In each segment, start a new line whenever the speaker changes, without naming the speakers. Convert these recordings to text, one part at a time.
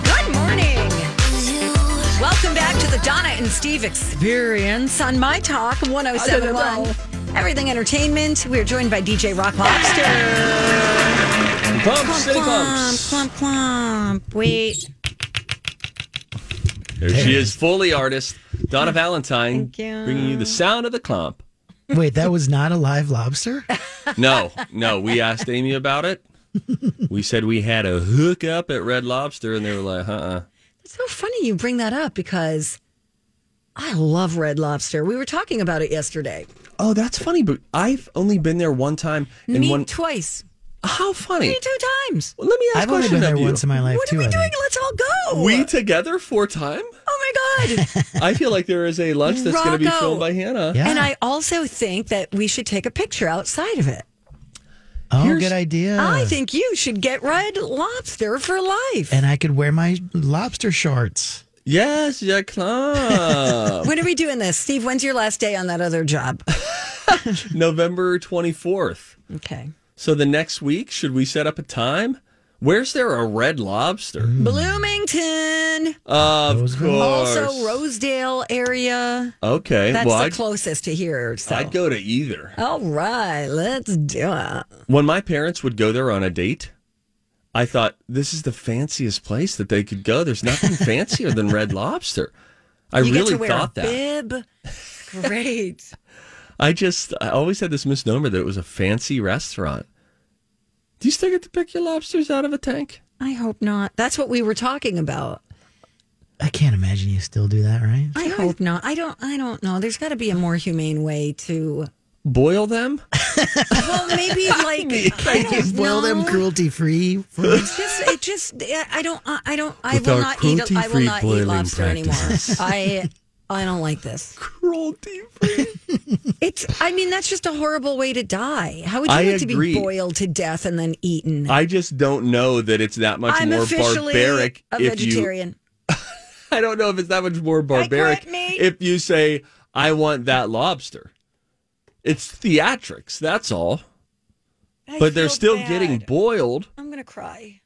Good morning. Welcome back to the Donna and Steve Experience on My Talk 1071. Everything Entertainment. We are joined by DJ Rock Lobster.
Pump, city
Clump,
pumps.
clump, clump. Wait.
There she is, fully artist, Donna Valentine,
Thank you.
bringing you the sound of the clump.
Wait, that was not a live lobster?
No, no, we asked Amy about it. We said we had a hookup at Red Lobster, and they were like, uh-uh.
It's so funny you bring that up because I love red lobster. We were talking about it yesterday.
Oh, that's funny, but I've only been there one time. And
Me
one,
twice.
how funny.
Me two times.
Well, let me ask
I've
a
only
question
been there
of you.
once in my life
What
too.
are we
I
doing?
think.
Let's all go.
We together four time?
oh my God.
I feel like there is a lunch that's going to be
Rocco.
filmed by Hannah.
Yeah.
And I also think that we should take a picture outside of it.
Oh,
Here's-
good idea.
I think you should get red lobster for life.
and I could wear my lobster shorts.
Yes, yeah, clump.
when are we doing this? Steve, when's your last day on that other job?
November 24th.
Okay.
So the next week, should we set up a time? Where's there a red lobster?
Mm-hmm. Bloomington,
Of
Roseville.
course.
also Rosedale area.
okay.
That's
well,
the
I'd,
closest to here. So.
I'd go to either.
All right, let's do it.
When my parents would go there on a date, I thought this is the fanciest place that they could go. There's nothing fancier than Red Lobster. I
you
really
get to wear
thought
a
that.
bib. Great.
I just, I always had this misnomer that it was a fancy restaurant. Do you still get to pick your lobsters out of a tank?
I hope not. That's what we were talking about.
I can't imagine you still do that, right?
I hope not. I don't. I don't know. There's got to be a more humane way to.
Boil them?
Well, maybe like I don't
Just boil them
know.
cruelty free.
It's just it just I don't I don't I
With
will
our
not eat I will
cruelty-free
not eat
boiling
lobster
practices.
anymore. I I don't like this.
Cruelty.
It's I mean that's just a horrible way to die. How would you
I
like
agree.
to be boiled to death and then eaten?
I just don't know that it's that much
I'm
more
officially
barbaric
a
if you
vegetarian.
I don't know if it's that much more barbaric
quit, mate.
if you say, I want that lobster. It's theatrics, that's all.
I
but they're
feel
still
bad.
getting boiled.
I'm gonna cry.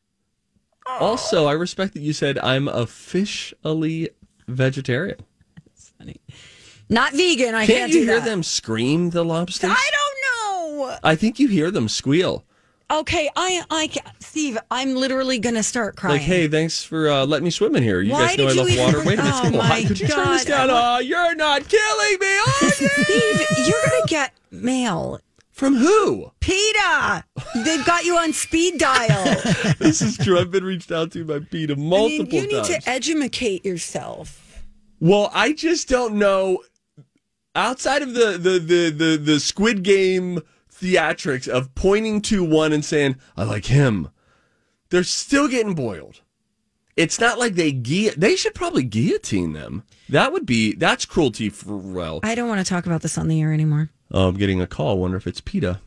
Also, I respect that you said, I'm officially vegetarian.
Not vegan. I
Can't,
can't
you
do
hear
that.
them scream, the lobsters?
I don't know.
I think you hear them squeal.
Okay, I I ca- Steve, I'm literally gonna start crying.
Like, hey, thanks for uh, letting me swim in here. You
Why
guys know I
did you
love
even
water.
bring-
Wait a minute.
Oh,
Come on.
my
Could you turn this
God.
down? Oh, you're not killing me, are you?
Steve, you're gonna get mail.
From who?
PETA! They've got you on speed dial.
This is true. I've been reached out to by Peter
I
multiple
mean, you need
times.
to educate yourself.
Well, I just don't know. Outside of the the the the, the Squid Game theatrics of pointing to one and saying I like him, they're still getting boiled. It's not like they guillot. They should probably guillotine them. That would be that's cruelty for well.
I don't want to talk about this on the air anymore.
Oh, I'm getting a call. Wonder if it's Peta.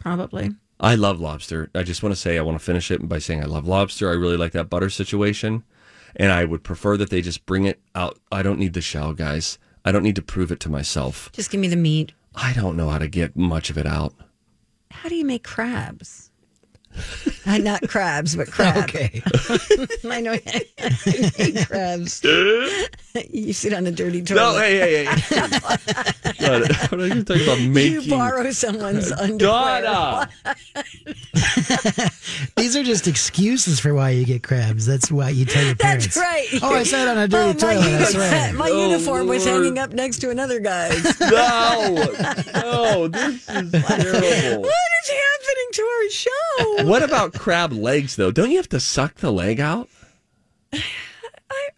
Probably.
I love lobster. I just want to say I want to finish it by saying I love lobster. I really like that butter situation, and I would prefer that they just bring it out. I don't need the shell, guys. I don't need to prove it to myself.
Just give me the meat.
I don't know how to get much of it out.
How do you make crabs? Uh, not crabs, but crab.
Okay.
I know. I hate crabs. you sit on a dirty toilet.
No, hey, hey, hey. God, I'm not going to talk about
you
making.
borrow someone's underwear.
Donna!
These are just excuses for why you get crabs. That's why you tell your parents.
That's right.
Oh, I sat on a dirty
my
toilet. I
uni-
swear.
my
Oh,
uniform was
Lord.
hanging up next to another guy's.
No! No, this is terrible.
what is happening to our show?
What about crab legs, though? Don't you have to suck the leg out?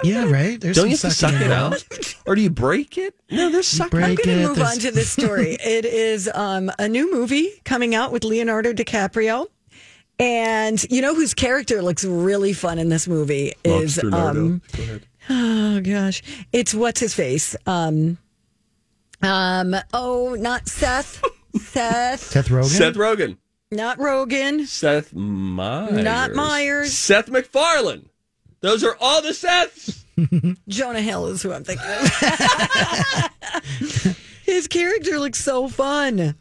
Yeah, right. There's
Don't you have
some
to suck
sucking
it
involved.
out? Or do you break it? No, there's sucking.
I'm
Break
going
it,
to move
there's-
on to this story. it is um, a new movie coming out with Leonardo DiCaprio. And you know whose character looks really fun in this movie is um, oh gosh, it's what's his face? Um, um, oh, not Seth, Seth,
Seth Rogen.
Seth Rogen.
not Rogan.
Seth Myers.
Not Myers.
Seth MacFarlane. Those are all the Seths.
Jonah Hill is who I'm thinking of. His character looks so fun.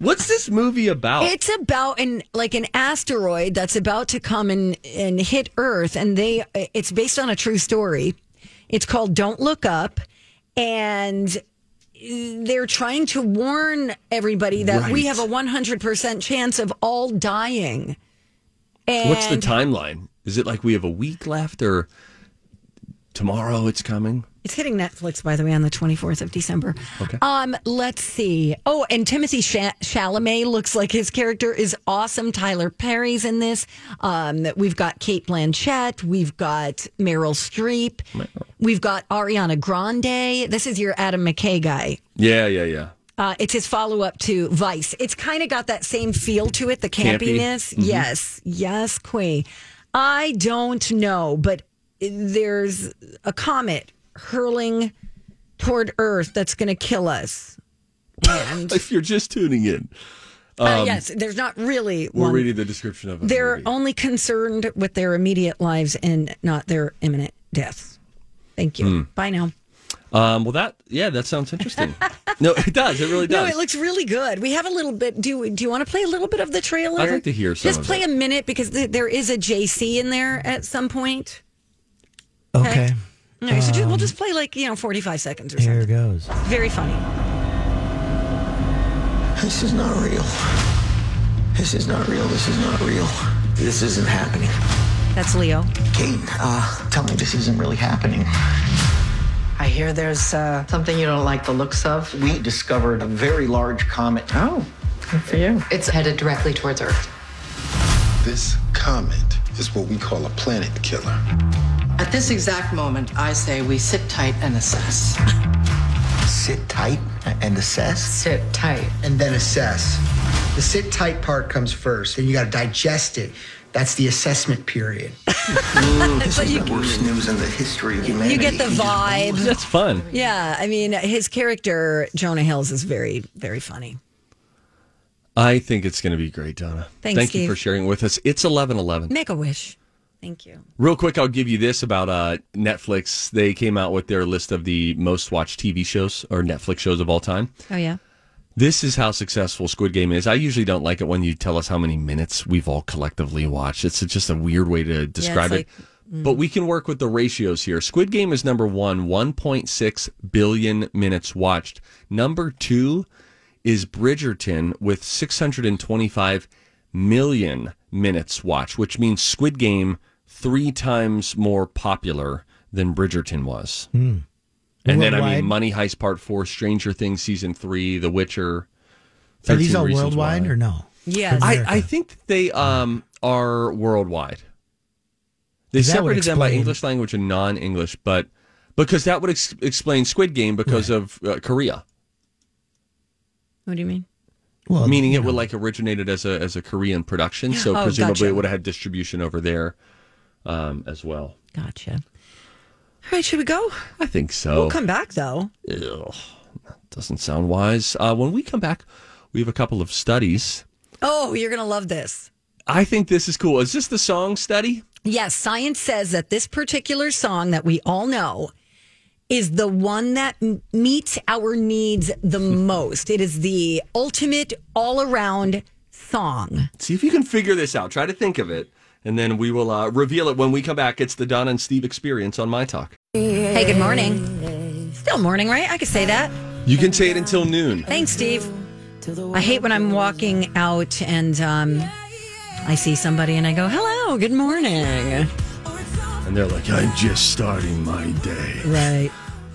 What's this movie about?
It's about an like an asteroid that's about to come and and hit Earth, and they it's based on a true story. It's called "Don't Look Up," and they're trying to warn everybody that we have a 100% chance of all dying. And
What's the timeline? Is it like we have a week left or tomorrow it's coming?
It's hitting Netflix, by the way, on the 24th of December. Okay. Um, let's see. Oh, and Timothy Sha- Chalamet looks like his character is awesome. Tyler Perry's in this. Um, we've got Kate Blanchett. We've got Meryl Streep. We've got Ariana Grande. This is your Adam McKay guy.
Yeah, yeah, yeah.
Uh, it's his follow up to Vice. It's kind of got that same feel to it, the
Campy. Mm-hmm.
campiness. Yes, yes, Queen. I don't know, but there's a comet hurling toward Earth that's going to kill us. And
If you're just tuning in,
uh, yes, there's not really
Um, we're
one.
reading the description of it.
They're only concerned with their immediate lives and not their imminent deaths. Thank you.
Hmm.
Bye now.
Um, well, that yeah, that sounds interesting. no, it does. It really
No,
does.
it looks really good. We have a little bit. Do you- do you want to play a little bit of the trailer?
I'd like to hear some
Just
of
play
it.
a minute because th- there is a JC in there at some point.
Okay.
No, so just, we'll
Um,
just play like you know forty five seconds or
Here
something.
goes.
Very funny.
This is not real. This is not real. This is not real. This isn't happening.
That's Leo.
Kate, uh, tell me this isn't really happening.
I hear there's uh, something you don't like the looks of.
We discovered a very large comet.
Oh, good for you. It's headed directly towards Earth.
This comet is what we call a planet killer.
At this exact moment, I say we sit tight and assess.
Sit tight and assess,
Sit tight.
and then assess. The sit tight part comes first, then you got to digest it. That's the assessment period.
But you,
The worst news in the history of humanity.
you get the vibe.
That's fun.
Yeah, I mean his character Jonah Hills is very very funny.
I think it's going to be great, Donna.
Thanks,
Thank you
Steve.
for sharing with us. It's eleven eleven.
Make a wish. Thank you.
Real quick, I'll give you this about uh, Netflix. They came out with their list of the most watched TV shows or Netflix shows of all time.
Oh yeah.
This is how successful Squid Game is. I usually don't like it when you tell us how many minutes we've all collectively watched. It's just a weird way to describe
like-
it. But we can work with the ratios here. Squid Game is number one, 1.6 billion minutes watched. Number two is Bridgerton with 625 million minutes watched, which means Squid Game three times more popular than Bridgerton was. And then, I mean,
Worldwide?
Money Heist Part 4, Stranger Things Season 3, The Witcher.
Are these
13
all
Reasons
worldwide
Why.
or no?
Yes.
I,
America?
I think that they um, are worldwide. They
That
separated
would
them by
explain-
English language and non English, but because that would ex- explain Squid Game because of uh, Korea,
What do you mean?
Well,
meaning
you
it
know,
would like originated as a, as a Korean production. So
Oh,
presumably
gotcha.
it would have had distribution over there um, as well.
Gotcha. All right, should we go?
I think so.
We'll come back though.
Ugh, that doesn't sound wise. Uh, when we come back, we have a couple of studies.
Oh, you're gonna love this.
I think this is cool. Is this the song study?
Yes, science says that this particular song that we all know is the one that m- meets our needs the most. It is the ultimate all around thong?
See if you can figure this out. Try to think of it, and then we will uh, reveal it when we come back. It's the Donna and Steve experience on My Talk.
Hey, good morning. Still morning, right? I could say that.
You can say it until noon.
Thanks, Steve. I hate when I'm walking out and um, I see somebody and I go, hello, good morning.
And they're like, I'm just starting my day.
Right.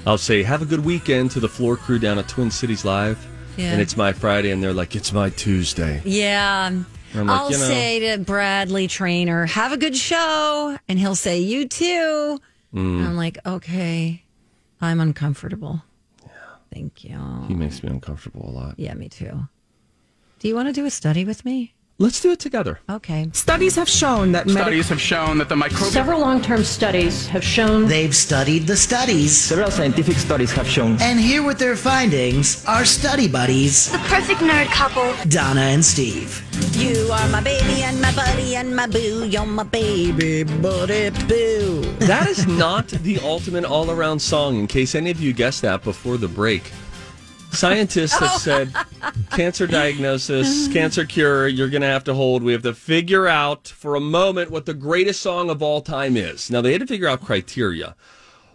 I'll say, have a good weekend to the floor crew down at Twin Cities Live.
Yeah.
And it's my Friday, and they're like, it's my Tuesday.
Yeah.
I'm like,
I'll
you know-
say to Bradley Trainer, have a good show. And he'll say, you too.
Mm.
And I'm like, okay, I'm uncomfortable. Yeah. Thank you.
He makes me uncomfortable a lot.
Yeah, me too. Do you want to do a study with me?
Let's do it together.
Okay.
Studies have shown that medic-
Studies have shown that the microbial
Several long term studies have shown
They've studied the studies.
Several scientific studies have shown.
And here with their findings are study buddies,
The perfect nerd couple.
Donna and Steve.
You are my baby and my buddy and my boo. You're my baby, buddy, boo.
That is not the ultimate all around song, in case any of you guessed that before the break. Scientists have said cancer diagnosis, cancer cure, you're going to have to hold. We have to figure out for a moment what the greatest song of all time is. Now, they had to figure out criteria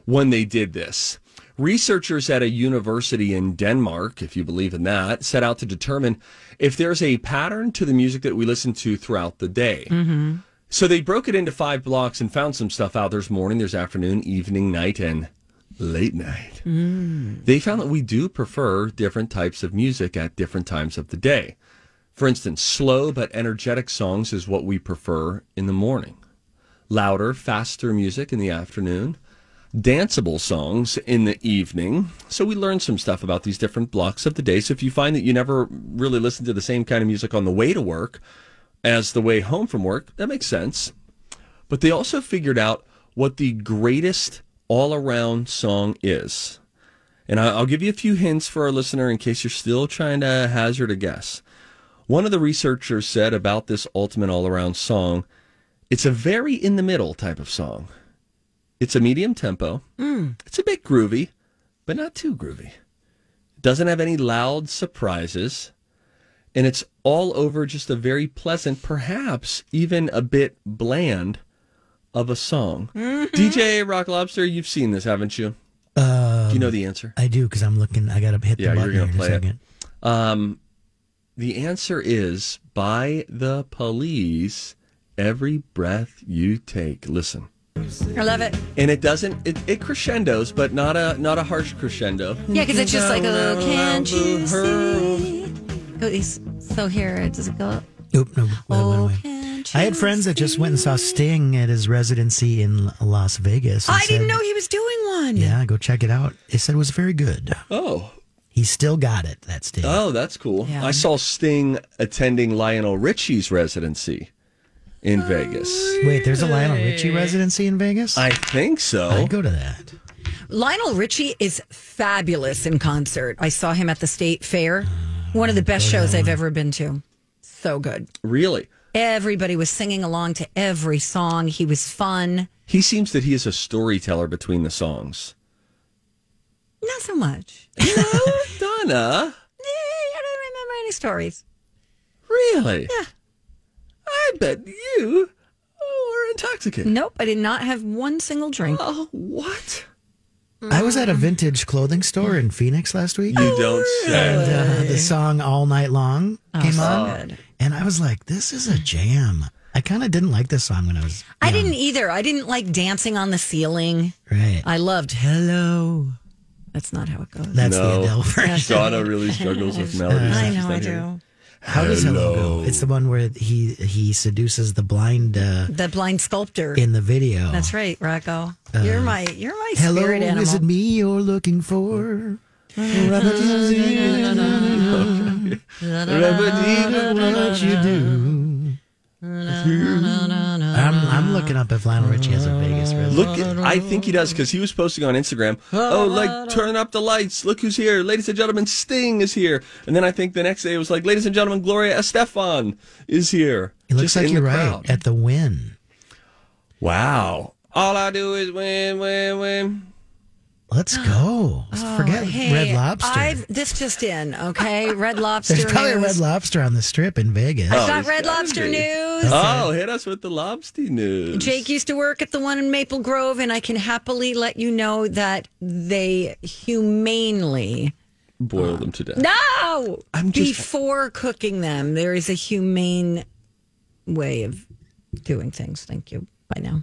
when they did this. Researchers at a university in Denmark, if you believe in that, set out to determine if there's a pattern to the music that we listen to throughout the day. So they broke it into five blocks and found some stuff out. There's morning, there's afternoon, evening, night, and late night. They found that we do prefer different types of music at different times of the day. For instance, slow but energetic songs is what we prefer in the morning, louder, faster music in the afternoon, danceable songs in the evening. So we learned some stuff about these different blocks of the day. So if you find that you never really listen to the same kind of music on the way to work, as the way home from work. That makes sense. But they also figured out what the greatest all around song is. And I- I'll give you a few hints for our listener in case you're still trying to hazard a guess. One of the researchers said about this ultimate all around song it's a very in the middle type of song. It's a medium tempo, it's a bit groovy, but not too groovy. Doesn't have any loud surprises and it's all over just a very pleasant, perhaps even a bit bland of a song. DJ Rock Lobster, you've seen this, haven't you? Do you know the answer?
I do because I'm looking. I gotta hit
Yeah, you're
the button
gonna
here in a
play it.
second.
Um, the answer is by the police. Every breath you take, listen,
I love it.
and it doesn't. It, it crescendos, but not a not a harsh crescendo.
Yeah, because it's just like, oh, can't you
Her-
see? Oh, he's- So here it does it go.
Oop, no, that went
Oh,
away.
can't
I had
you
friends that just went and saw
see?
Sting at his residency in L- Las Vegas. and
I didn't
said-
know he was doing one.
Yeah, go check it out. They said it was very good.
Oh,
He still got it. That Sting.
Oh, that's cool.
Yeah.
I saw Sting attending Lionel Richie's residency in Vegas.
Wait, there's a Lionel Richie residency in Vegas.
I think so.
I'd go to that.
Lionel Richie is fabulous in concert. I saw him at the state fair. One of the best shows I've ever been to. So good.
Really?
Everybody was singing along to every song. He was fun.
He seems that he is a storyteller between the songs.
Not so much.
Oh,
Eh, I
Donna,
don't remember any stories.
really? Yeah. I bet you were intoxicated.
Nope, I did not have one single drink.
Oh, what?
I was at a vintage clothing store in Phoenix last week.
You don't
Oh,
say.
and uh, the song "All Night Long" came on,
good.
and I was like, "This is a jam." I kind of didn't like this song when I was.
I didn't either. I didn't like dancing on the ceiling.
Right.
I loved hello. That's not how it goes.
That's
No.
the Adele version.
Donna really struggles with melodies.
I
She's
know
not
I
here.
do.
How does hello
Hello.
go? It's the one where he he seduces the blind uh,
The blind sculptor.
in the video.
That's right, Rocco. you're my you're my
Hello,
spirit animal.
is it me you're looking for?
Remember the-
What you do? I'm, I'm looking up if Lionel Richie has a Vegas residency.
Look, at, I think he does because he was posting on Instagram. Oh, like turn up the lights! Look who's here, ladies and gentlemen. Sting is here, and then I think the next day it was like, ladies and gentlemen, Gloria Estefan is here.
it looks
Just
like
in
you're
the
right
crowd.
at the win.
wow! All I do is win, win, win.
Let's go. Let's forget
Oh, hey,
Red Lobster.
I've, this just in, okay? Red Lobster.
There's probably a
news.
Red Lobster on the strip in Vegas.
I've got Red Lobster news.
Oh, hit us with the lobster news.
Jake used to work at the one in Maple Grove, and I can happily let you know that they humanely
boil them to death.
no
I'm just-
before cooking them. There is a humane way of doing things. Thank you. By now.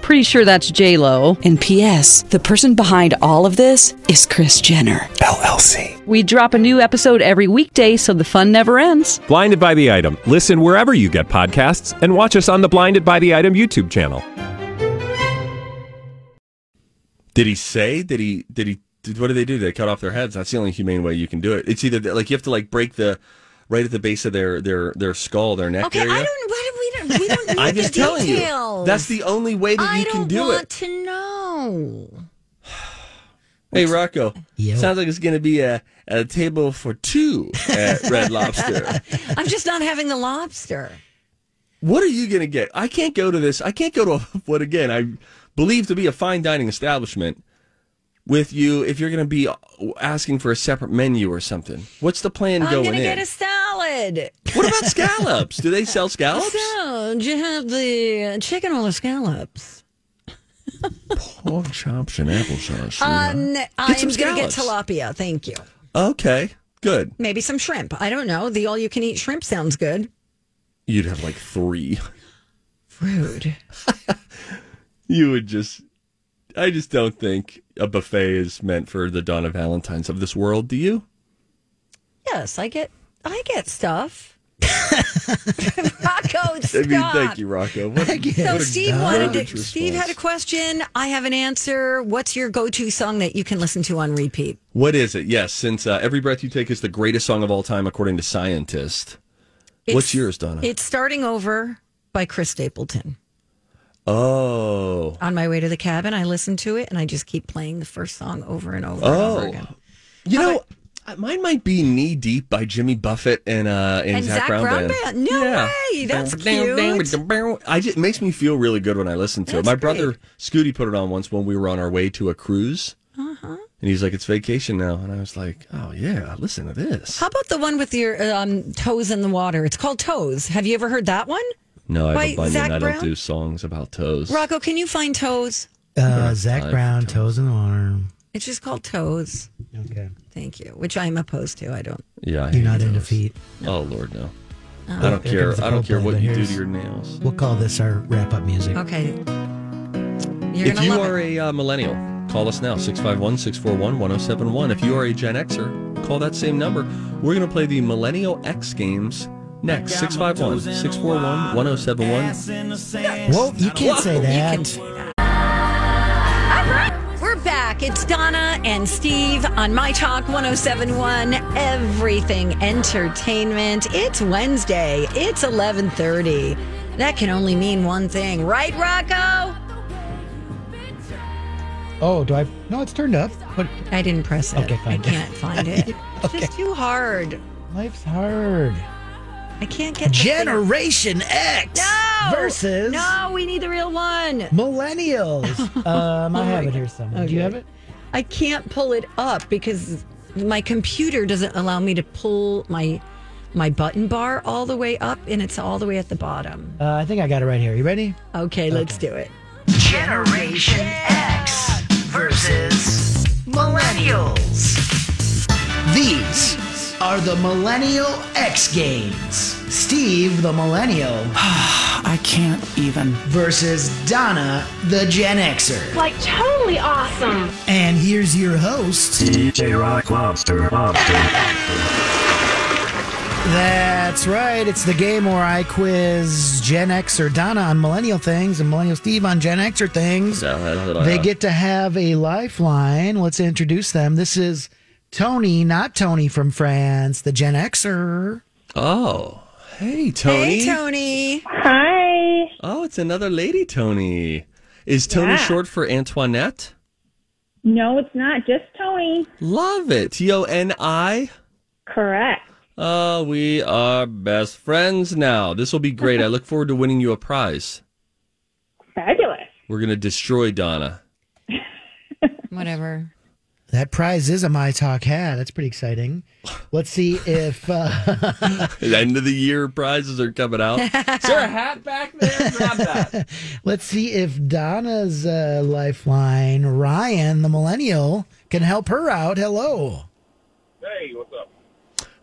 Pretty sure that's J Lo. And P.S. The person behind all of this is Chris Jenner LLC. We drop a new episode every weekday, so the fun never ends.
Blinded by the item. Listen wherever you get podcasts, and watch us on the Blinded by the Item YouTube channel.
Did he say? Did he? Did he? Did, what did they do? They cut off their heads. That's the only humane way you can do it. It's either that- like you have to like break the right at the base of their their their skull, their neck
Okay,
area.
I don't. Why do we don't? We don't need
I'm just
the
telling
details.
you. That's the only way that
I
you can
don't
do
want
it.
to know.
Hey Rocco, sounds like it's going to be a, a table for two at Red Lobster.
I'm just not having the lobster.
What are you going to get? I can't go to this. I can't go to what again I believe to be a fine dining establishment with you if you're going to be asking for a separate menu or something. What's the plan
I'm
going
gonna
in?
get a salad.
What about scallops? Do they sell scallops?
So, do you have the chicken or the scallops?
Pork chops and applesauce.
Um, I'm
some
going to get
scallops.
tilapia. Thank you.
Okay, good.
Maybe some shrimp. I don't know. The all you can eat shrimp sounds good.
You'd have like three.
Rude.
You would just. I just don't think a buffet is meant for the Donna Valentines of this world. Do you?
Yes, I get I get stuff. Rocco, stop.
I mean, thank you, Rocco. What,
So Steve wanted to,
Response.
Steve had a question. I have an answer. What's your go-to song that you can listen to on repeat?
What is it? Yes, since uh, "Every Breath You Take" is the greatest song of all time, according to scientists. What's
It's-
yours, Donna?
It's starting over by Chris Stapleton.
oh,
On my way to the cabin, I listen to it and I just keep playing the first song over and over and over
oh.
again.
You know, mine might be "Knee Deep" by Jimmy Buffett and uh, and,
And Zach
Brown,
Brown
Band.
Band. No way! That's
I just, it makes me feel really good when I listen to it.
That's
My brother Scooty put it on once when we were on our way to a cruise,
Uh-huh.
and he's like, "It's vacation now," and I was like, "Oh yeah, listen to this."
How about the one with your um, toes in the water? It's called Toes. Have you ever heard that one?
No, I have
By
a bunion.
Zach
I
Brown?
don't do songs about toes.
Rocco, can you find Toes?
Uh, Zach
Five
Brown, toes in the water.
It's just called Toes.
Okay.
Thank you. Which I'm opposed to. I don't.
Yeah, I
You're
hate
not
those.
into feet.
Oh Lord, no.
Oh.
I don't
Here
care.
comes the
I don't care
Coldplay,
what
but
you do
here's-
to your nails.
We'll call this our wrap up music.
Okay. You're
if
gonna
you
love
are
it.
a uh, millennial, call us now 651 641 1071. If you are a Gen Xer, call that same number. We're going to play the Millennial X Games next 651 641 1071.
Whoa, you can't say that.
All right. We're back. It's Donna and Steve on My Talk 1071 Everything Entertainment. It's Wednesday. It's 11:30. That can only mean one thing, right, Rocco?
Oh, do I? No, it's turned up. But
I didn't press it.
Okay, fine.
I can't find it. It's just too hard.
Life's hard.
I can't get the thing-
Generation X
No!
versus
No, we need the real one.
millennials. um, I have it here somewhere. Do you have it?
I can't pull it up because my computer doesn't allow me to pull my my button bar all the way up and it's all the way at the bottom.
Uh, I think I got it right here. You ready?
Okay, let's do it.
Generation X versus Millennials.
These are the Millennial X Games. Steve, the Millennial. I can't even. Versus Donna, the Gen Xer.
Like totally awesome.
And here's your host, DJ Rock Lobster Lobster.
That's right. It's the game where I quiz Gen X or Donna on millennial things and millennial Steve on Gen X or things. They get to have a lifeline. Let's introduce them. This is Tony, not Tony from France, the Gen Xer.
Oh, hey, Tony.
Hey Tony.
Hi.
Oh, it's another lady, Tony. Is Tony
Yeah.
short for Antoinette?
No, it's not. Just Tony.
Love it. T O N I?
Correct.
Uh, we are best friends now. This will be great. I look forward to winning you a prize.
Fabulous.
We're going to destroy Donna.
Whatever.
That prize is a My Talk hat. That's pretty exciting. Let's see if uh,
The End of the year prizes are coming out. Sarah, hat back there. Grab that.
let's see if Donna's uh, lifeline, Ryan, the millennial, can help her out. Hello.
Hey, what's up?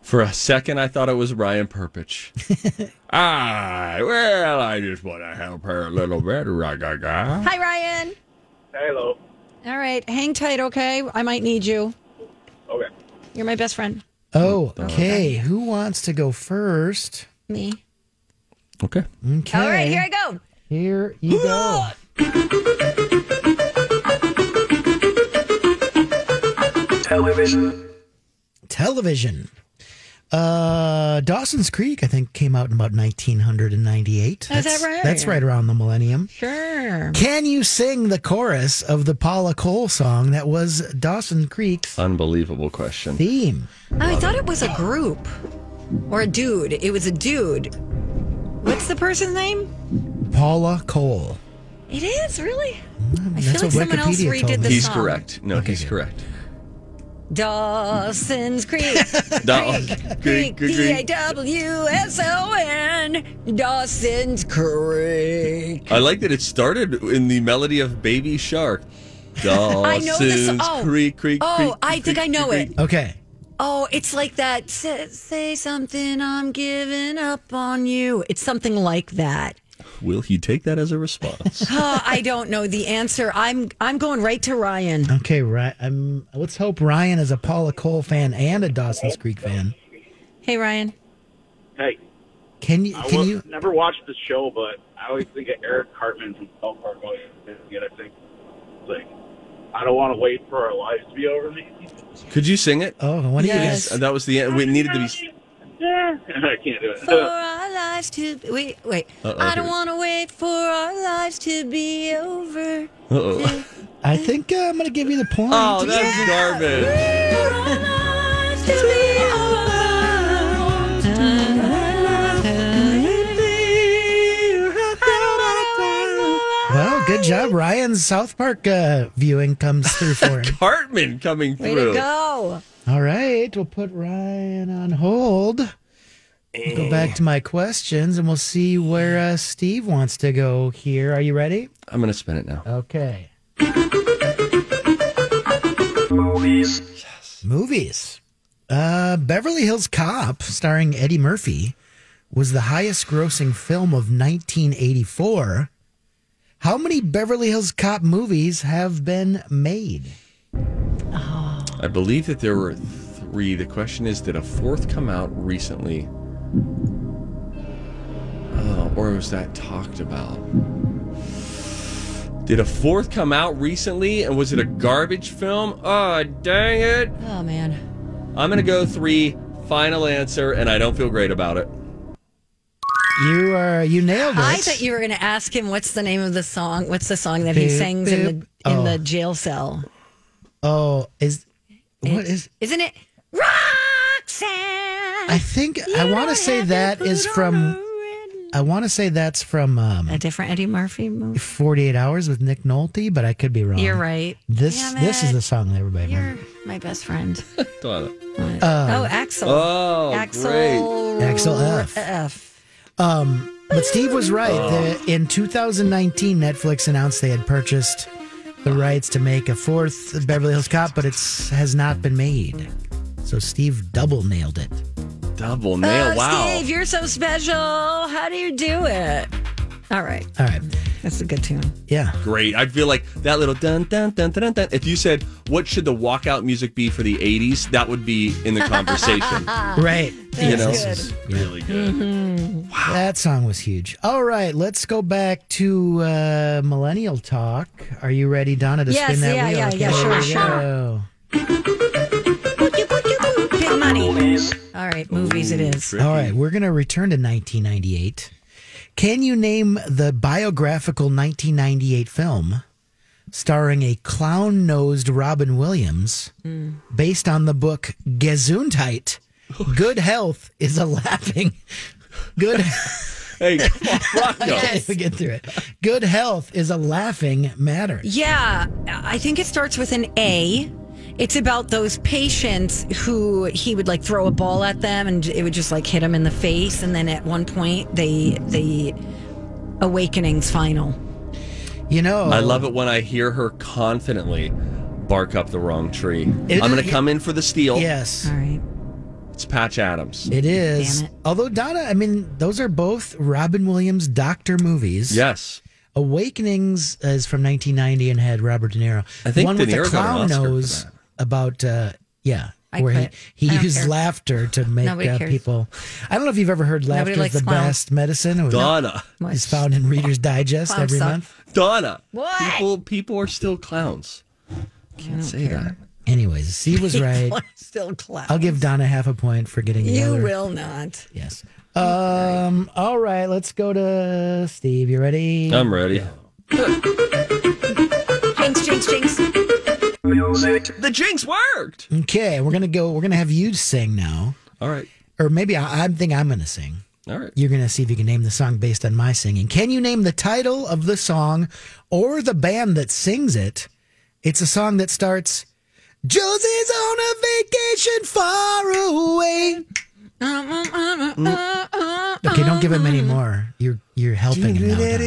For a second, I thought it was Ryan Perpich. ah, well, I just want to help her a little bit. Rah, rah, rah.
Hi, Ryan.
Hello.
All right. Hang tight, okay? I might need you. Okay. You're my best friend.
Oh, okay. Who wants to go first?
Me.
Okay.
Okay.
All right, here I go.
Here you go.
Television.
Television. Uh, Dawson's Creek, I think, came out in about 1998.
Oh, is that
That's-
right?
That's right around the millennium.
Sure.
Can you sing the chorus of the Paula Cole song that was Dawson Creek's
Unbelievable question.
theme?
Oh, I thought it was a group or a dude. It was a dude. What's the person's name?
Paula Cole.
It is, really? I
That's
feel like
what
someone else
Wikipedia told
redid
me.
the
he's
song.
correct. No, he's correct.
Dawson's Creek.
Don- Greek, Greek,
D A
Greek.
W S O N. Dawson's Creek.
I like that it started in the melody of Baby Shark. Dawson's
I know this. Oh,
Creek, Creek,
oh,
Creek,
I
Creek,
think I
Creek,
know
Creek,
it.
Creek.
Okay.
Oh, it's like that. Say, say something, I'm giving up on you. It's something like that.
Will he take that as a response?
Oh, I don't know the answer. I'm I'm going right to Ryan.
Okay, right. Um, let's hope Ryan is a Paula Cole fan and a Dawson's Creek fan.
Hey, Ryan.
Hey,
Can you?
I
Can
was,
you?
never watched the show, but I always think of Eric Cartman from South Park. always thinking, I think, like, I don't want to wait for our lives to be over. Me.
Could you sing it?
Oh, I want
to hear Yes. this.
That was the end. We needed to be.
Yeah.
I can't do
For
it.
our lives to be, wait, wait.
Uh, Uh-oh,
I
here
don't
it-
want to wait for our lives to be over.
Uh-oh.
I think uh, I'm going to give you the point.
Oh, that's garbage.
Well, good job, Ryan's South Park uh, viewing comes through for him.
Hartman coming
Way
through.
to go.
All right, we'll put Ryan on hold. We'll Go back to my questions, and we'll see where uh, Steve wants to go. Here, are you ready?
I'm going to spin it now.
Okay.
Movies.
Movies. Uh, Beverly Hills Cop, starring Eddie Murphy, was the highest grossing film of 1984. How many Beverly Hills Cop movies have been made?
I believe that there were three. The question is, did a fourth come out recently? Uh, or was that talked about? Did a fourth come out recently and was it a garbage film? Oh, dang it.
Oh, man.
I'm going to go three. Final answer, and I don't feel great about it.
You are you nailed it.
I thought you were going to ask him what's the name of the song. What's the song that he
Boop,
sings in the in
boop. Oh.
the jail cell?
oh, is what
It-
is?
Isn't it Roxanne?
I think I want to say that is from. I want to say that's from um,
A different Eddie Murphy movie.
48 Hours with Nick Nolte, but I could be wrong.
You're right.
This
Damn
this is
it.
the song that everybody
You're
remembers.
my best friend.
Donna.
oh, Axel.
Oh,
Axel.
great. Axel F.
F.
Um, but Steve was right. The, in 2019, Netflix announced they had purchased the rights to make a fourth Beverly Hills Cop, but it's has not been made. So Steve double nailed it.
Double nail.
oh,
wow.
Steve, you're so special. How do you do it? All right.
All right.
That's a good tune.
Yeah.
Great. I feel like that little dun dun dun dun dun. If you said, what should the walkout music be for the 80s? That would be in the conversation.
Ah.
Right.
you know?
This is-
Really good.
That song was huge. All right, let's go back to uh, millennial talk. Are you ready, Donna, to
Yes,
spin that
yeah,
wheel?
yeah,
Okay,
yeah, sure,
here we
sure.
go.
Big money. All right, movies it is.
All right, we're going to return to 1998. Can you name the biographical 1998 film starring a clown nosed Robin Williams
Mm.
based on the book Gesundheit. Good health is a laughing. Good.
hey, come on,
we get through it. Good health is a laughing matter.
Yeah, I think it starts with an A. It's about those patients who he would like throw a ball at them and it would just like hit them in the face and then at one point they the awakening's final.
You know,
I love it when I hear her confidently bark up the wrong tree.
It-
I'm going to come in for the steal.
Yes.
All right.
It's Patch Adams.
It is. Although Donna, I mean, those are both Robin Williams doctor movies.
Yes.
Awakenings is from 1990 and had Robert De Niro.
I think
one
De
with the
Niro got an
clown
Oscar for
nose about uh, yeah,
I
where
quit.
he,
I
he
don't
used
care.
laughter to make
Nobody
uh,
cares.
people. I don't know if you've ever heard
Nobody
laughter is
likes
the
clowns.
best medicine. It was-
Donna.
It's found in Reader's Digest
Clowns
every
suck.
month.
Donna.
What?
People, people are still clowns. Can't say that.
Anyways, C was right.
Still clap.
I'll give Donna half a point for getting it
You
either.
will not.
Yes. Um. All right. Let's go to Steve. You ready?
I'm ready.
Jinx, jinx, jinx.
The jinx worked.
Okay, we're gonna go. We're gonna have you sing now,
All right.
or maybe I, I think I'm gonna sing.
All right.
You're gonna see if you can name the song based on my singing. Can you name the title of the song or the band that sings it? It's a song that starts. Josie's on a vacation far away.
Mm.
Okay, don't give him any more. You're you're helping him now. Donna.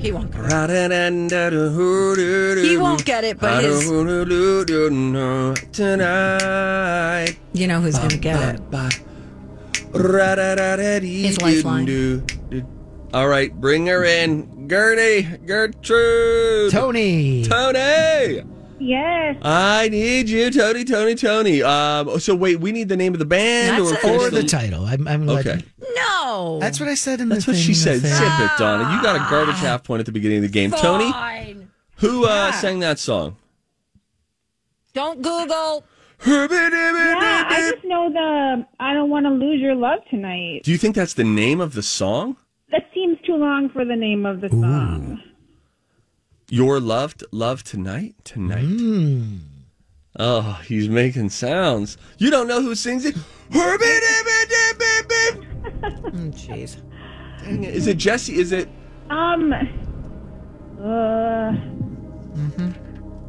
He won't.
He
He won't get it, but his-
tonight.
You know who's going to get
Uh,
it.
His
His lifeline.
All right, bring her in, Gertie, Gertrude,
Tony,
Tony.
Yes.
I need you, Tony, Tony, Tony. Um, oh, so wait, we need the name of the band
That's
or,
it.
Or the title. I'm, I'm
Okay,
letting-
No.
That's what I said in
that's
the
what
thing,
she
in the
said.
thing.
Zip it, Donna. You got a garbage half point at the beginning of the game. Tony,
Fine.
who uh, sang that song?
Don't Google.
Yeah, I just know the I don't want to lose your love tonight.
Do you think that's the name of the song?
That seems too long for the name of the song.
Your loved love tonight, tonight. Oh, he's making sounds. You don't know who sings it? Herbie,
Jeez.
Dang it. Is it Jesse? Is it
Um. Uh,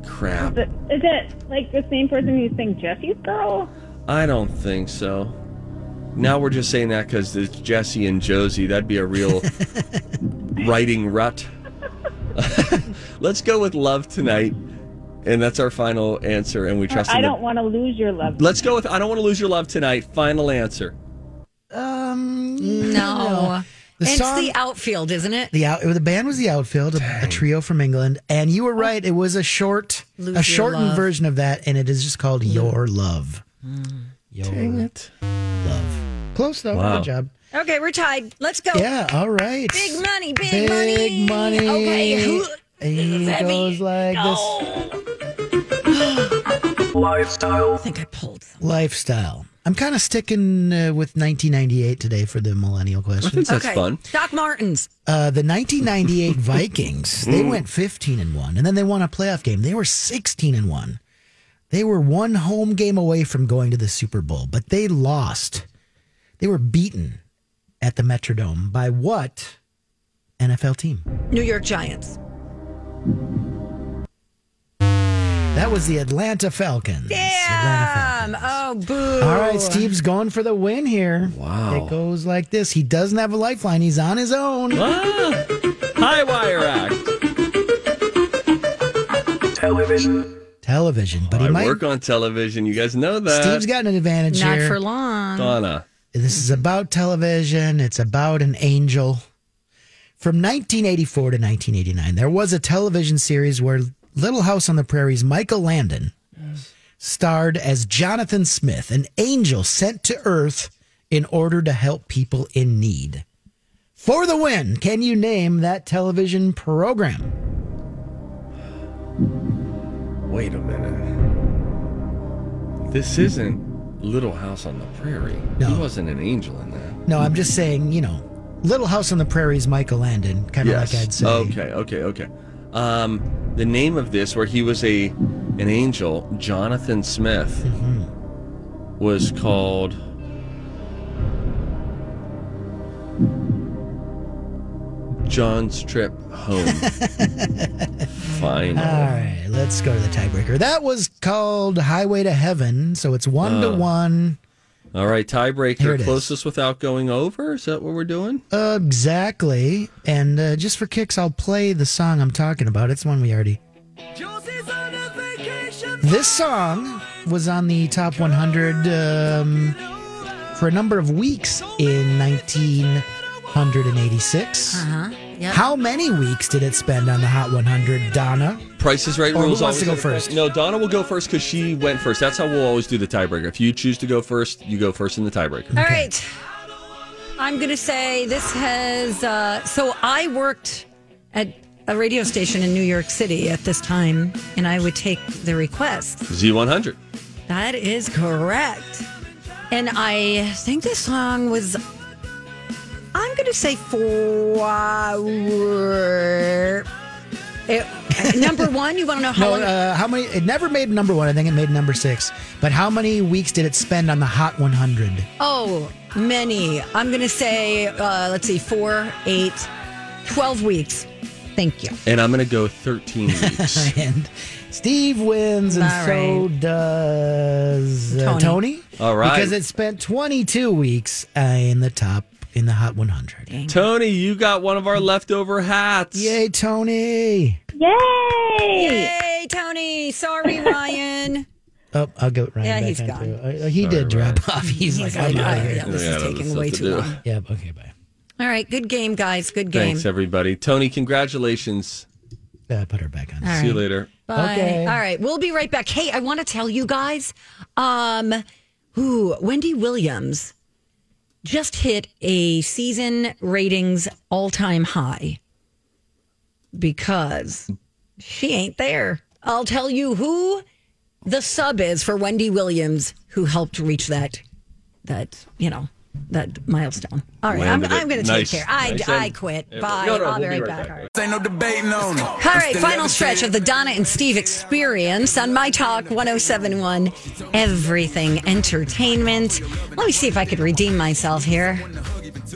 crap?
th- is it like the same person who sang Jesse's Girl?
I don't think so. Now we're just saying that because it's Jesse and Josie. That'd be a real writing rut. Let's go with love tonight, and that's our final answer. And we trust.
I
in the-
don't want to lose your love.
Let's go with I don't want to lose your love tonight. Final answer.
Um,
No.
The
it's
song-
the outfield, isn't it?
The out, the band was the outfield, a, a trio from England, and you were right. It was a short,
Oh. Lose
a
Your
shortened
Love. Mm.
version of that, and it is just called Your Love. Your
Dang it.
Love. Close though.
Wow.
Good job.
Okay, we're tied. Let's go.
Yeah. All right.
Big money, big, money.
Big money.
Okay. who-
He
Heavy.
goes like
Lifestyle. I think I pulled.
this lifestyle. I'm kind of sticking uh, with 1998 today for the millennial question.
That's fun.
Doc Martens.
Uh, the 1998 Vikings, they
Mm.
went 15 and 1 and then they won a playoff game. They were 16 and 1. They were one home game away from going to the Super Bowl, but they lost. They were beaten at the Metrodome by what NFL team?
New York Giants.
That was the Atlanta Falcons.
Damn. Oh, boo.
All right, Steve's going for the win here.
Wow.
It goes like this. He doesn't have a lifeline. He's on his own.
Ah, high wire act. Television.
Television, but he
I
might.
work on television. You guys know that.
Steve's got an advantage
Not
here.
for long.
Donna.
This is about television. It's about an angel. From 1984 to 1989, there was a television series where Little House on the Prairie's Michael Landon starred as Jonathan Smith, an angel sent to Earth in order to help people in need. For the win, can you name that television program?
Wait a minute. This isn't Little House on the Prairie.
No.
He wasn't an angel in that.
No, I'm just saying, you know, Little House on the Prairie's Michael Landon, kind of like I'd say.
Okay, okay, okay. Um, the name of this, where he was a an angel, Jonathan Smith,
Mm-hmm.
was called. John's trip home. Fine.
All right, let's go to the tiebreaker. That was called Highway to Heaven, so it's one to
Oh.
one.
All right,
Here it
tiebreaker.
is.
Closest without going over. Is that what we're doing?
Exactly. And uh, just for kicks, I'll play the song I'm talking about. It's one we already. This song was on the top 100 um, for a number of weeks in 1986.
Uh-huh. Yep.
How many weeks did it spend on the Hot 100, Donna?
Price is right
Or who
rules.
wants to
always-
go first?
No, Donna will go first because she went first. That's how we'll always do the tiebreaker. If you choose to go first, you go first in the tiebreaker.
All right. I'm going to say this has. Uh, so I worked at a radio station in New York City at this time, and I would take the request.
Z100.
That is correct. And I think this song was, I'm going to say four. It, number one, you want to know how
No,
long?
uh, how many? It never made number one. I think it made number six. But how many weeks did it spend on the Hot 100?
oh, many. I'm going to say, uh, let's see, four, eight, 12 weeks. Thank you.
And I'm going to go 13 weeks.
and Steve wins, and
All
so
right.
does uh,
Tony.
Tony.
All right.
because it spent 22 weeks uh, in the top in the Hot 100.
Tony, you got one of our leftover hats.
Yay, Tony!
Yay! Yay, Tony. Sorry, Ryan.
Oh, I'll go Ryan.
Yeah,
back
he's
on
gone.
too. Uh, he did drop off. He's,
He's like,
like, I'm
I-
out
yeah, this is Yeah, taking there's way stuff to too do. long.
Yeah. Okay. Bye.
All right. Good game, guys. Good game.
Thanks, everybody. Tony, congratulations.
Uh, put her back on.
See you later.
Bye.
Okay.
All right, we'll be right back. Hey, I want to tell you guys, um, who Wendy Williams just hit a season ratings all time high because she ain't there. I'll tell you who the sub is for Wendy Williams, who helped reach that that you know that milestone. All right, I'm,
Landed it.
I'm going to
Nice.
take care. I
Nice
I
end.
quit.
Yeah,
Bye.
no, no,
I'll be
we'll
right
be right
back. All right.
Ain't no debating on it.
All right, final stretch of the Donna and Steve experience on My Talk 1071 Everything Entertainment. Let me see if I could redeem myself here.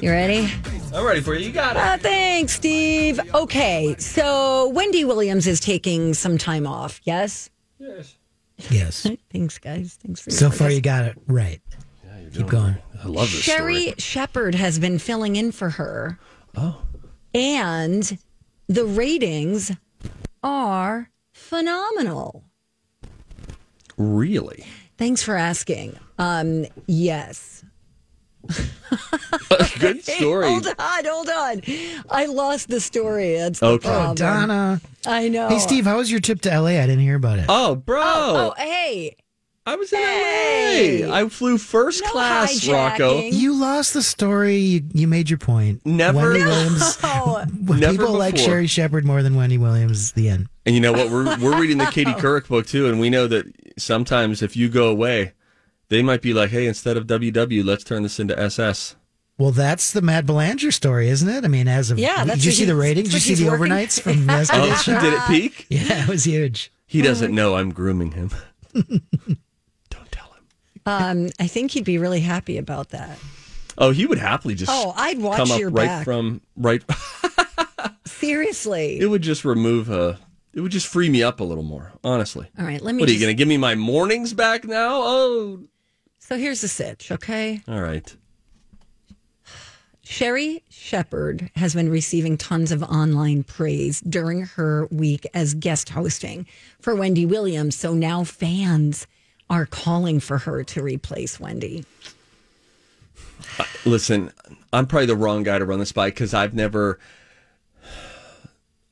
You ready?
I'm ready for you. You got
Uh, thanks, Steve. Okay, so Wendy Williams is taking some time off, yes?
Yes.
Yes.
Thanks, guys. Thanks for your
So far,
service.
you got it right. Yeah, you're Keep going.
I love this
Sherry Shepard has been filling in for her.
Oh.
And the ratings are phenomenal.
Really?
Thanks for asking. Um, yes.
Good story.
Hold on, hold on. I lost the story. That's the
Okay. Oh,
problem.
Donna.
I know.
Hey, Steve, how was your trip to LA? I didn't hear about it.
Oh, bro.
Oh, oh, hey.
I was in Hey, I flew first class, Rocco.
You lost the story. You, you made your point.
Never-
Wendy
No.
Williams. When
Never
people like
before.
Sherry Shepard more than Wendy Williams. The end.
And you know what? We're we're reading the Katie Couric book too, and we know that sometimes if you go away, they might be like, "Hey, instead of WW, let's turn this into SS."
Well, that's the Matt Belanger story, isn't it? I mean, as of
Yeah, that's
did you
what
see the
he's-
ratings?
that's
Did you
what
see
he's
the
working-
overnights from yesterday's
Oh,
show?
did it peak?
Yeah, it was huge.
He doesn't know I'm grooming him.
Um, I think he'd be really happy about that.
Oh, he would happily just.
Oh, I'd watch
come up
your
right
back.
from right.
Seriously.
It would just remove uh It would just free me up a little more, honestly.
All right, let me
What are you
just-
going to give me my mornings back now? Oh,
So here's the sitch, okay?
all right.
Sherry Shepard has been receiving tons of online praise during her week as guest hosting for Wendy Williams. So now fans are calling for her to replace Wendy.
Listen, I'm probably the wrong guy to run this by because I've never,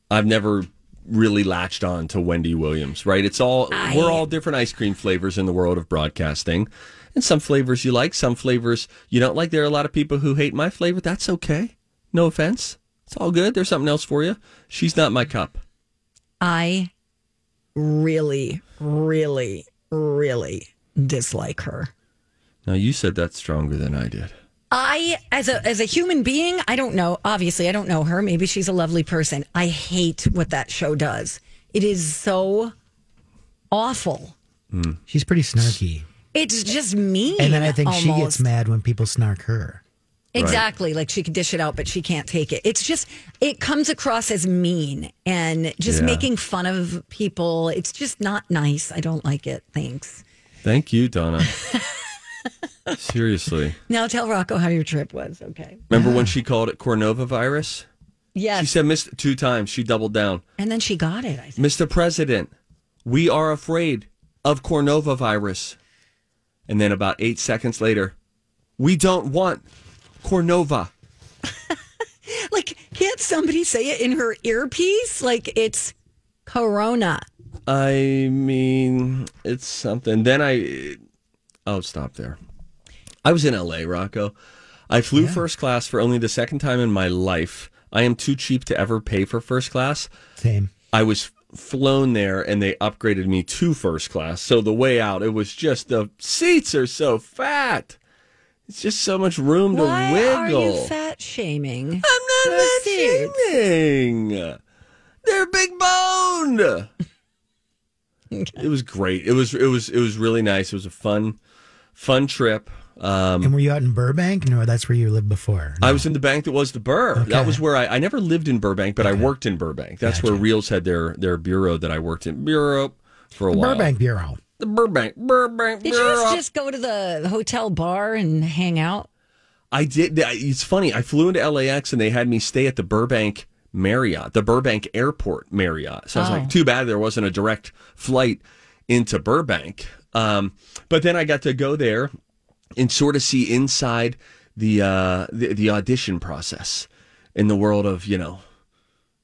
I've never really latched on to Wendy Williams. Right? It's all we're all different ice cream flavors in the world of broadcasting, and some flavors you like, some flavors you don't like. There are a lot of people who hate my flavor. That's okay. No offense. It's all good. There's something else for you. She's not my cup.
I really, really, really dislike her.
Now you said that stronger than I did.
I as a as a human being, I don't know. Obviously, I don't know her. Maybe she's a lovely person. I hate what that show does. It is so awful.
She's pretty snarky.
It's just mean.
And then I think she
almost.
gets mad when people snark her.
Exactly. Like she can dish it out, but she can't take it. It's just, it comes across as mean and just
Yeah.
making fun of people. It's just not nice. I don't like it. Thanks.
Thank you, Donna. Seriously.
Now tell Rocco how your trip was. Okay.
Remember when she called it Cornova virus?
Yes.
She said Mr. two times. She doubled down.
and then she got it. I think.
Mr. President, we are afraid of Cornova virus. And then about eight seconds later, we don't want Cornova.
Like, can't somebody say it in her earpiece? Like it's Corona.
I mean, it's something. Then I, oh, stop there. I was in LA, Rocco. I flew first class for only the second time in my life. I am too cheap to ever pay for first class.
Same.
I was flown there and they upgraded me to first class. So the way out, it was just the seats are so fat. It's just so much room
Why
to wiggle.
are you fat shaming? I'm
not fat Dang. They're big boned. It was great. It was it was it was really nice. It was a fun fun trip. Um,
and were you out in Burbank? No, that's where you lived before.
I was in the bank that was the Burr. That
Okay.
was where I, I never lived in Burbank, but I worked in Burbank. That's where Reels had their their bureau that I worked in bureau for a
The
while.
Burbank Bureau.
The Burbank. Burbank.
Did you guys just go to the hotel bar and hang out?
I did. I- It's funny. I flew into LAX and they had me stay at the Burbank Marriott, the Burbank Airport Marriott. So I was
Oh.
like, too bad there wasn't a direct flight into Burbank. Um, but then I got to go there and sort of see inside the uh, the, the audition process in the world of you know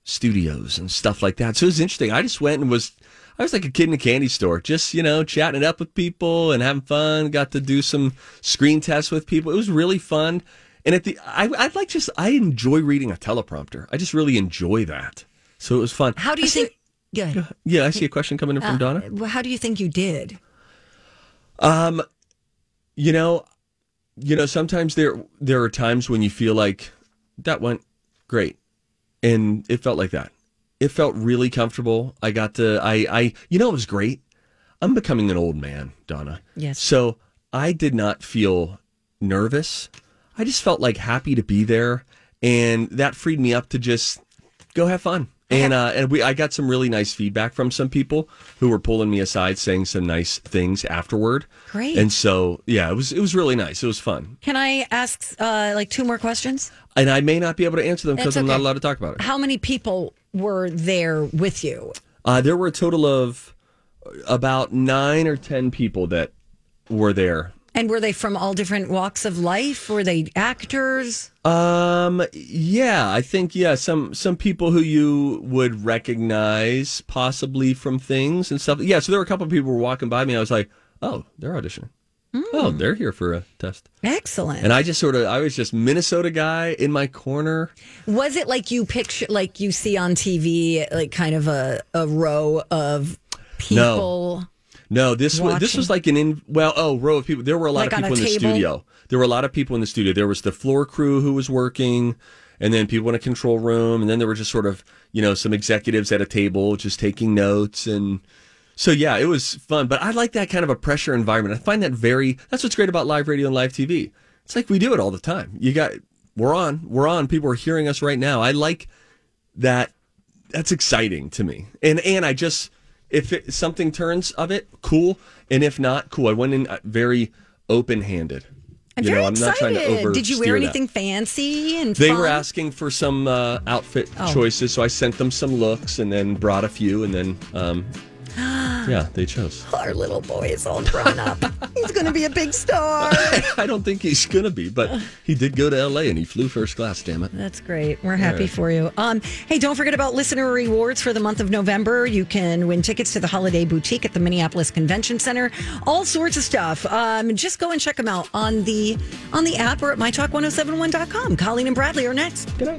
studios and stuff like that. So it was interesting. I just went and was I was like a kid in a candy store, just you know, chatting it up with people and having fun. Got to do some screen tests with people. It was really fun. And at the I I like just I enjoy reading a teleprompter. I just really enjoy that. So it was fun.
How do you think? Uh, Good.
Yeah, I see a question coming in from Donna.
How do you think you did?
Um, you know, you know, sometimes there there are times when you feel like that went great, and it felt like that. It felt really comfortable. I got to, I, I, you know, it was great. I'm becoming an old man, Donna.
Yes.
So I did not feel nervous. I just felt like happy to be there, and that freed me up to just go have fun. And uh, and we, I got some really nice feedback from some people who were pulling me aside, saying some nice things afterward.
Great.
And so, yeah, it was it was really nice. It was fun,
Can I ask uh, like two more questions?
and I may not be able to answer them because
That's
I'm not
okay.
allowed to talk about it.
How many people were there with you?
Uh, there were a total of about nine or ten people that were there.
And were they from all different walks of life? Were they actors?
Um, yeah, I think yeah, some some people who you would recognize possibly from things and stuff. Yeah, so there were a couple of people who were walking by me. I was like, oh, they're auditioning. Oh, they're here for a test.
Excellent.
And I just sort of, I was just Minnesota guy in my corner.
Was it like you picture, like you see on TV, like kind of a, a row of people?
No, this was this was
Watching.
like an in well oh row of people. There were a lot
Like on
of
a
people in the
table?
studio. There were a lot of people in the studio. There was the floor crew who was working, and then people in a control room, and then there were just sort of you know some executives at a table just taking notes and. So yeah, it was fun, but I like that kind of a pressure environment. I find that very. That's what's great about live radio and live TV. It's like we do it all the time. You got we're on, we're on. People are hearing us right now. I like that that's exciting to me. And and I just if it, something turns of it, cool. And if not, cool. I went in uh, very open handed.
I'm
you
very
know, I'm not trying
excited.
to over.
Did you wear anything fancy and
They
fun?
were asking for some uh, outfit
Oh.
choices, so I sent them some looks and then brought a few, and then um, yeah, they chose.
Our little boy is all grown up. He's going to be a big star.
I don't think he's gonna be, but he did go to L.A. and he flew first class. Damn it.
That's great. We're happy
Yeah.
for you. Um, hey, don't forget about listener rewards for the month of November. You can win tickets to the Holiday Boutique at the Minneapolis Convention Center. All sorts of stuff. Um, just go and oh check them out on the on the app or at mytalk1071.com. Colleen and Bradley are next. Good night.